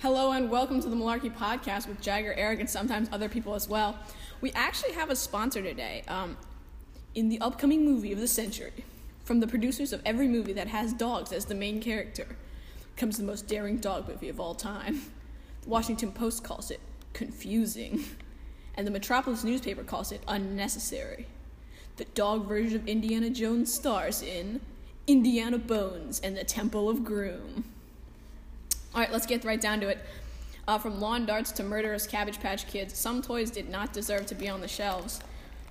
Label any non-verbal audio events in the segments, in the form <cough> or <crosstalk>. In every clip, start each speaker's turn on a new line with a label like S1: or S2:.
S1: Hello and welcome to the Malarkey Podcast with Jagger, Eric, and sometimes other people as well. We actually have a sponsor today um, in the upcoming movie of the century. From the producers of every movie that has dogs as the main character comes the most daring dog movie of all time. The Washington Post calls it confusing, and the Metropolis newspaper calls it unnecessary. The dog version of Indiana Jones stars in Indiana Bones and the Temple of Groom. All right, let's get right down to it. Uh, from lawn darts to murderous Cabbage Patch Kids, some toys did not deserve to be on the shelves.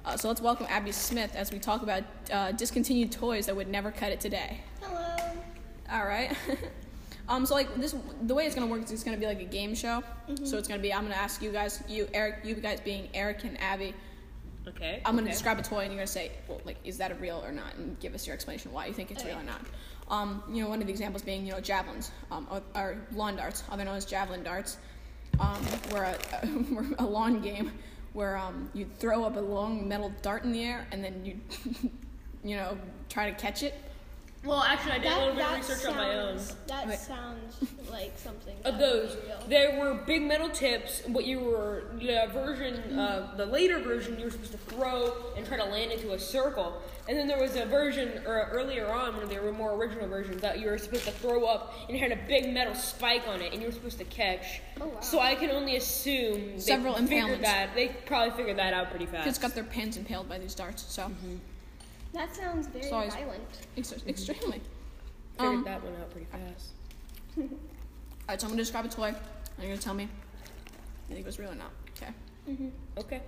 S1: Uh, so let's welcome Abby Smith as we talk about uh, discontinued toys that would never cut it today.
S2: Hello.
S1: All right. <laughs> um, so like this, the way it's gonna work is it's gonna be like a game show. So it's gonna be I'm gonna ask you guys, you Eric, you guys being Eric and Abby,
S3: Okay.
S1: I'm gonna describe a toy and you're gonna say, well, like, is that a real or not? And give us your explanation why you think it's real or not. Um, you know, one of the examples being, you know, javelins, um, or, or lawn darts, other known as javelin darts, um, were a, <laughs> were a lawn game where um, you throw up a long metal dart in the air and then you, <laughs> you know, try to catch it.
S3: Well, actually, I did a little bit of research on my own.
S2: sounds- That
S1: Wait.
S2: sounds like something.
S3: Of
S2: that would
S3: those,
S2: be real.
S3: there were big metal tips. What you were the
S2: Mm-hmm.
S3: version, uh, the later version, you were supposed to throw and try to land into a circle. And then there was a version or earlier on, when there were more original versions, that you were supposed to throw up and it had a big metal spike on it, and you were supposed to catch.
S2: Oh, wow.
S3: So I can only assume they
S1: Several
S3: figured
S1: impalements.
S3: that they probably figured that out pretty
S1: Kids
S3: fast.
S1: got their pants impaled by these darts, so
S2: That sounds very
S1: It's always-
S2: violent.
S1: ex- extremely.
S3: figured
S1: um,
S3: that one out pretty fast.
S1: All right, so I'm gonna describe a toy and you're gonna tell me if it was real or not. Okay.
S3: Okay.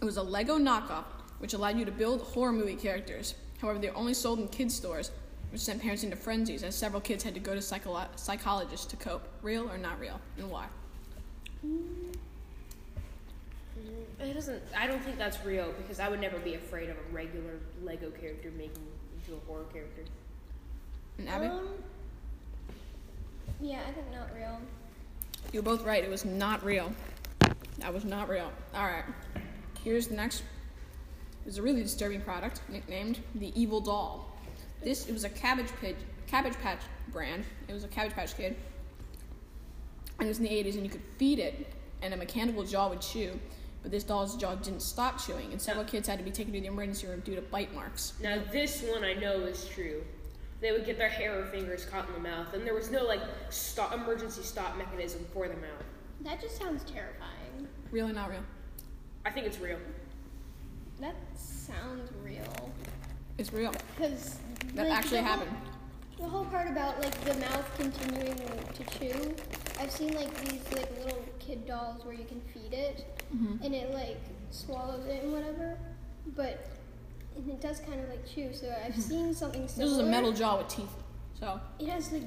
S1: It was a Lego knockoff, which allowed you to build horror movie characters. However, they were only sold in kids' stores, which sent parents into frenzies as several kids had to go to psycholo- psychologists to cope. Real or not real, and why?
S3: It doesn't. I don't think that's real because I would never be afraid of a regular Lego character making into a horror character.
S1: And Abby,
S2: Um, yeah, I think not real.
S1: you were both right. It was not real. That was not real. All right. Here's the next. It was a really disturbing product nicknamed the Evil Doll. This it was a cabbage pid, cabbage patch brand. It was a cabbage patch kid. And it was in the 80s, and you could feed it, and a mechanical jaw would chew. But this doll's jaw didn't stop chewing, and several kids had to be taken to the emergency room due to bite marks.
S3: Now this one I know is true. They would get their hair or fingers caught in the mouth, and there was no like stop emergency stop mechanism for the mouth.
S2: That just sounds terrifying.
S1: Real or not real?
S3: I think it's real.
S2: That sounds real.
S1: It's real.
S2: Because
S1: That actually happened.
S2: The whole part about like the mouth continuing to chew, I've seen like these like little kid dolls where you can feed it,
S1: Mm-hmm.
S2: and it like swallows it and whatever, but and it does kind of like chew. So I've seen something similar.
S1: Mm-hmm. This was a metal jaw with teeth. So
S2: It has like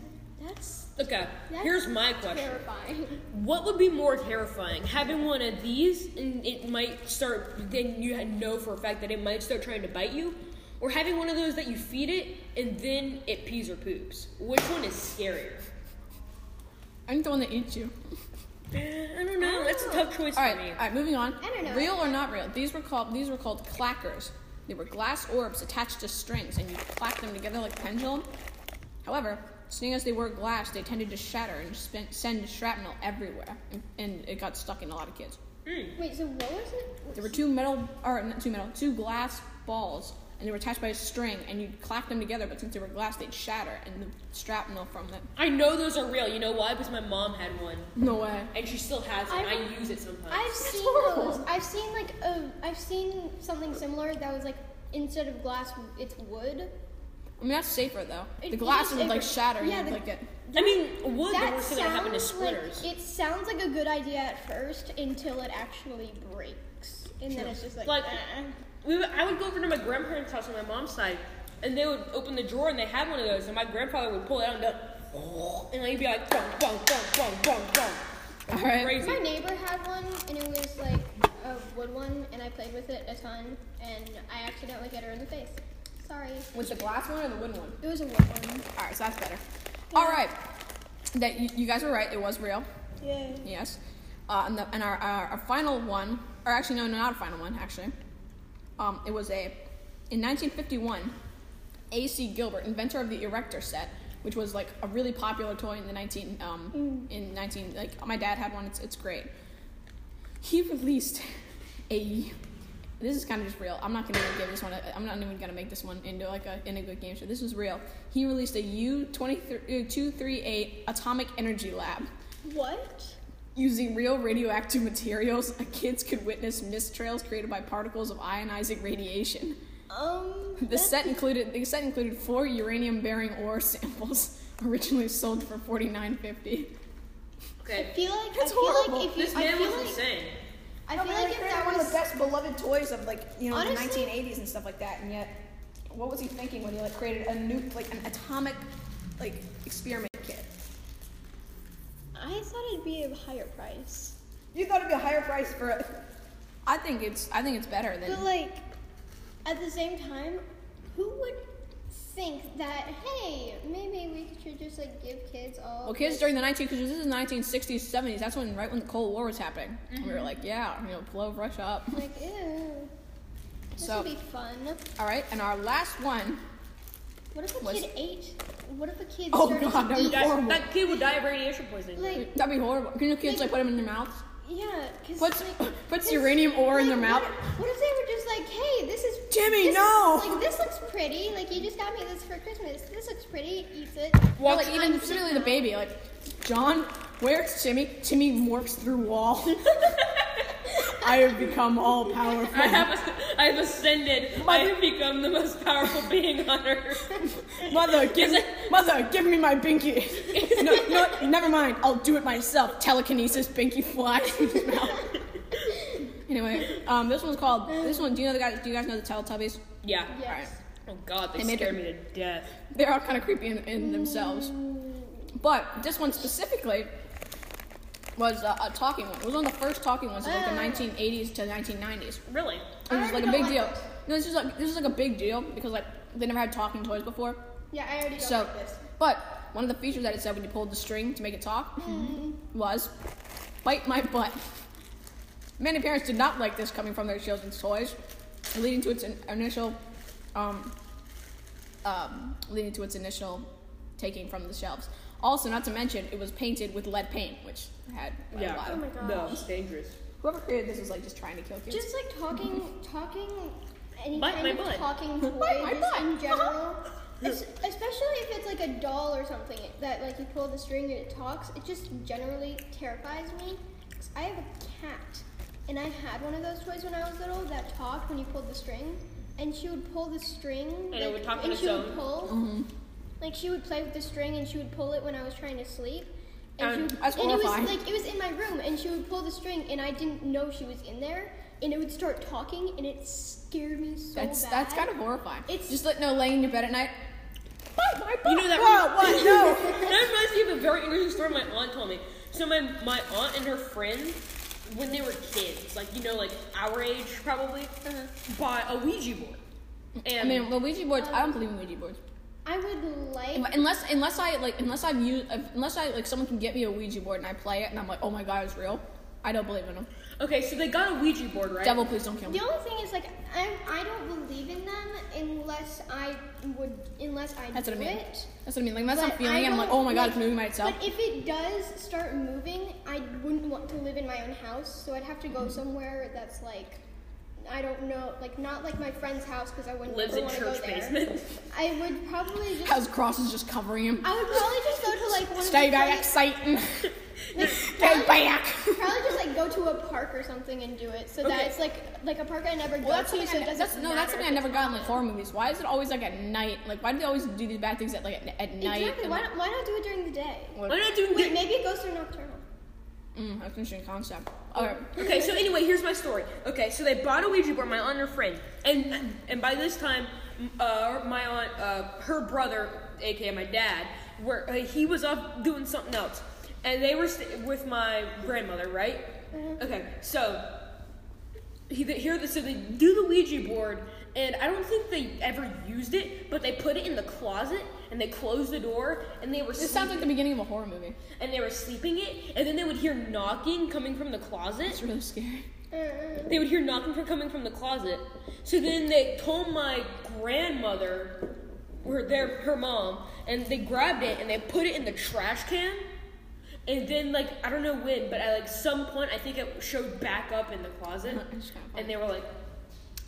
S2: that's,
S3: Okay.
S2: that's
S3: Here's my question.
S2: Terrifying. <laughs>
S3: What would be more terrifying, having one of these and it might start? Then you know for a fact that it might start trying to bite you, or having one of those that you feed it and then it pees or poops. Which one is scarier?
S1: I think the one that eats you.
S3: I don't know. That's a tough choice
S1: All right,
S3: for me.
S1: all right, moving on.
S2: I don't know.
S1: Real or not real? These were called these were called clackers. They were glass orbs attached to strings, and you clacked them together like a pendulum. However, seeing as they were glass, they tended to shatter and spin, send shrapnel everywhere, and, and it got stuck in a lot of kids.
S2: Wait, so what was it?
S1: There were two metal, or not two metal, two glass balls, and they were attached by a string, and you clacked them together. But since they were glass, they'd shatter, and the shrapnel from them.
S3: I know those are real. You know why? Because my mom had one,
S1: No way.
S3: and she still has it.
S2: I-
S3: and I use it sometimes.
S1: <laughs>
S2: I've seen
S1: horrible.
S2: those. I've seen like a. I've seen something similar that was like instead of glass, it's wood.
S1: I mean, that's safer though.
S2: It-
S1: The
S2: it
S1: glass
S2: just-
S1: would
S2: it-
S1: like shatter, and
S2: yeah,
S1: you'd
S2: the-
S1: like get.
S3: I mean, wood. The
S2: that
S3: worst thing that happened is
S2: sounds like
S3: splinters.
S2: it sounds like a good idea at first until it actually breaks, and then it's just like,
S3: Like-
S2: eh.
S3: we would, I would go over to my grandparents' house on my mom's side, and they would open the drawer and they had one of those, and my grandfather would pull it out and go, "Oh," and he'd be like, bong, bong, bong, bong, bong, bong.
S1: All right.
S3: Crazy.
S2: my neighbor had one, and it was like a wood one, and I played with it a ton, and I accidentally hit her in the face. Sorry,
S1: With the glass one or the wooden one?
S2: it was a wood one.
S1: All right, so that's better. All right, that you, you guys were right. It was real.
S2: Yeah.
S1: Yes. Uh, and the, and our, our our final one, or actually no, no, not a final one. Actually, um, it was a in 1951. A.C. Gilbert, inventor of the erector set, which was like a really popular toy in the 19 um, in 19 like my dad had one. It's it's great. He released a. This is kind of just real. I'm not gonna even give this one. A, I'm not even gonna make this one into like a in a good game show. This is real. He released a uh, U238 atomic energy lab.
S2: What?
S1: Using real radioactive materials, kids could witness mist trails created by particles of ionizing radiation.
S2: Um.
S1: The
S2: that's-
S1: set included the set included four uranium-bearing ore <laughs> samples, originally sold for forty-nine fifty.
S2: I
S3: Okay.
S2: feel like
S1: That's
S2: I feel
S1: horrible.
S2: like if you,
S3: This
S2: I
S3: man
S2: feel
S3: was
S2: like,
S3: insane.
S2: I
S4: No,
S1: Oh,
S2: feel
S4: but
S2: like if
S4: created
S2: that
S4: one of
S2: was
S4: the best beloved toys of like you know
S2: Honestly-
S4: the 1980s and stuff like that, and yet, what was he thinking when he like created a new like an atomic like experiment kit?
S2: I thought it'd be a higher price.
S4: You thought it'd be a higher price for it.
S1: I think it's I think it's better than
S2: But like, at the same time, who would think that? Hey, maybe we should just like give kids all.
S1: well, kids during the nineteen because this is nineteen sixties seventies. That's when right when the Cold War was happening. And we were like, yeah, you know, blow Russia up.
S2: Like, ew. This
S1: So-
S2: would be fun.
S1: All right, and our last one.
S2: What if a
S1: Was-
S2: kid ate? What if a kid
S1: Oh
S2: started
S1: God,
S2: to
S1: that'd
S2: eat?
S1: be horrible.
S3: That, that kid would die of radiation poisoning.
S2: Like,
S1: That'd be horrible. Can your kids like put them in their mouths?
S2: yeah, because
S1: Puts
S2: like,
S1: <coughs> puts
S2: 'cause,
S1: uranium ore in their
S2: like,
S1: mouth.
S2: What, what if they were just like, hey, this is
S1: Jimmy,
S2: this-
S1: no!
S2: Like this looks pretty. Like you just got me this for Christmas. This looks pretty. Eats it.
S1: Well,
S2: Walks
S1: like even
S2: on
S1: specifically the
S2: Sigma.
S1: baby, like John, where's Jimmy? Jimmy morphs through wall. <laughs> I have become all
S3: I
S1: powerful.
S3: have, I have ascended. I have become the most powerful being on earth.
S1: <laughs> Mother, give me, mother, give me my binky. No, no, never mind. I'll do it myself. Telekinesis, binky flies in his mouth. <laughs> Anyway, um, this one's called. This one. Do you know the guys? Do you guys know the Teletubbies?
S3: Yeah.
S2: Yes.
S3: Oh God, they
S1: They made
S3: scared
S1: her-
S3: me to death.
S1: they're all kind of creepy in, in themselves. But this one specifically was uh, a talking one. It was one of the first talking ones in like the 1980s to 1990s.
S3: Really?
S1: It was
S2: already
S1: like a
S2: don't
S1: big
S2: like
S1: deal.
S2: this.
S1: No, this is like this is like a big deal because like they never had talking toys before.
S2: Yeah, I already don't
S1: So,
S2: like this.
S1: but one of the features that it said when you pulled the string to make it talk was bite my butt. Many parents did not like this coming from their children's toys, leading to its in- initial, um, um, leading to its initial taking from the shelves. Also, not to mention, it was painted with lead paint, which had like, a
S3: Yeah.
S1: lot
S2: Oh
S1: of.
S2: my gosh.
S3: No, it's dangerous.
S1: Whoever created this was like just trying to kill kids.
S2: Just
S3: <laughs>
S2: like talking, talking, any
S3: Bite
S2: kind
S3: my
S2: of
S3: butt.
S2: talking toy
S1: Bite my
S2: just
S1: butt.
S3: <laughs>
S2: in general. es- especially if it's like a doll or something that like you pull the string and it talks. It just generally terrifies me. 'Cause I have a cat, and I had one of those toys when I was little that talked when you pulled the string, and she would pull the string
S3: And it
S2: like,
S3: would talk on
S2: and
S3: its
S2: she
S3: own.
S2: would pull.
S1: Mm-hmm.
S2: Like she would play with the string and she would pull it when I was trying to sleep. And, she
S3: Um,
S2: would,
S1: that's
S2: and it was
S1: horrifying.
S2: like it was in my room and she would pull the string and I didn't know she was in there and it would start talking and it scared me so
S1: that's
S2: bad.
S1: that's kind of horrifying.
S2: It's-
S1: just like no laying in your bed at night. Bite my butt.
S3: You know that-
S1: Whoa, what? No.
S3: <laughs> that reminds me of a very interesting story my aunt told me. So my my aunt and her friend, when they were kids, like you know, like our age probably, bought a Ouija board.
S1: Uh-huh. I
S3: And
S1: mean, well, Ouija boards. I don't believe in Ouija boards.
S2: I would like
S1: Unless, unless I like, unless I've used, unless I like, someone can get me a Ouija board and I play it, and I'm like, oh my god, it's real. I don't believe in them.
S3: okay, so they got a Ouija board, right?
S1: Devil, please don't kill
S2: the
S1: me.
S2: only thing is like I I don't believe in them unless I would unless I
S1: That's
S2: do
S1: what I mean.
S2: it.
S1: That's what I mean. Like, unless I'm
S2: But
S1: feeling
S2: I
S1: it, I'm like,
S2: don't-
S1: oh my god, it's
S2: like-
S1: moving by itself.
S2: But if it does start moving, I wouldn't want to live in my own house, so I'd have to go somewhere that's like, I don't know, like not like my friend's house because I wouldn't
S3: Lives
S2: ever
S3: in
S2: wanna
S3: church
S2: go there.
S3: basement.
S2: I would probably just.
S1: House cross is just covering him.
S2: I would probably just go to like one
S1: Stay
S2: of the
S1: back,
S2: place-
S1: Satan.
S2: <laughs> like,
S1: Get
S2: probably,
S1: back.
S2: probably just like go to a park or something and do it, so that
S3: Okay.
S2: it's like like a park I never
S1: Well,
S2: go
S1: that's
S2: to,
S1: something.
S2: so
S1: I,
S2: it doesn't
S1: that's no, that's
S2: matter
S1: something I
S2: if
S1: never
S2: it's
S1: got in like
S2: on.
S1: horror movies. Why is it always like at night? Like, why do they always do these bad things at like at, at night?
S2: Exactly.
S1: and,
S2: Why,
S1: like,
S2: not- why not do it during the day?
S3: Why not do
S2: Wait, maybe it goes through nocturnal.
S1: mm, that's an interesting concept. All right.
S3: Okay, so anyway, here's my story. Okay, so they bought a Ouija board, my aunt and her friend, and and by this time, m- uh, my aunt, uh, her brother, aka my dad, were uh, he was off doing something else, and they were st- with my grandmother, right? Okay, so he, they- here, so they do the Ouija board, and I don't think they ever used it, but they put it in the closet and they closed the door, and they were
S1: This sounds like the beginning of a horror movie.
S3: and they were sleeping it, and then they would hear knocking coming from the closet.
S1: It's really scary.
S2: Uh,
S3: They would hear knocking from coming from the closet. So then they told my grandmother were their her mom, and they grabbed it and they put it in the trash can. And then, like, I don't know when, but at like some point, I think it showed back up in the closet,
S1: It's kinda funny.
S3: and they were like,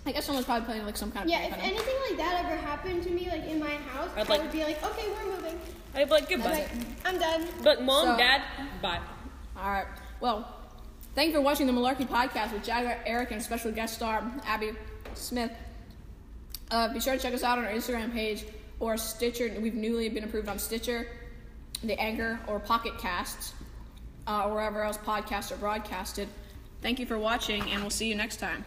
S1: I guess someone's probably playing like some kind of.
S2: Yeah, if
S1: piano.
S2: anything like that ever happened to me, like in my house,
S3: I'd
S2: I
S3: like-
S2: would be like, okay, we're moving.
S3: "I'd be like goodbye."
S2: Like, I'm done.
S3: But mom,
S1: So-
S3: dad, bye.
S1: All right. Well, thank you for watching the Malarkey Podcast with Jagger, Eric, and special guest star Abby Smith. Uh, be sure to check us out on our Instagram page or Stitcher. We've newly been approved on Stitcher, the Anchor, or Pocket Casts, uh, or wherever else podcasts are broadcasted. Thank you for watching, and we'll see you next time.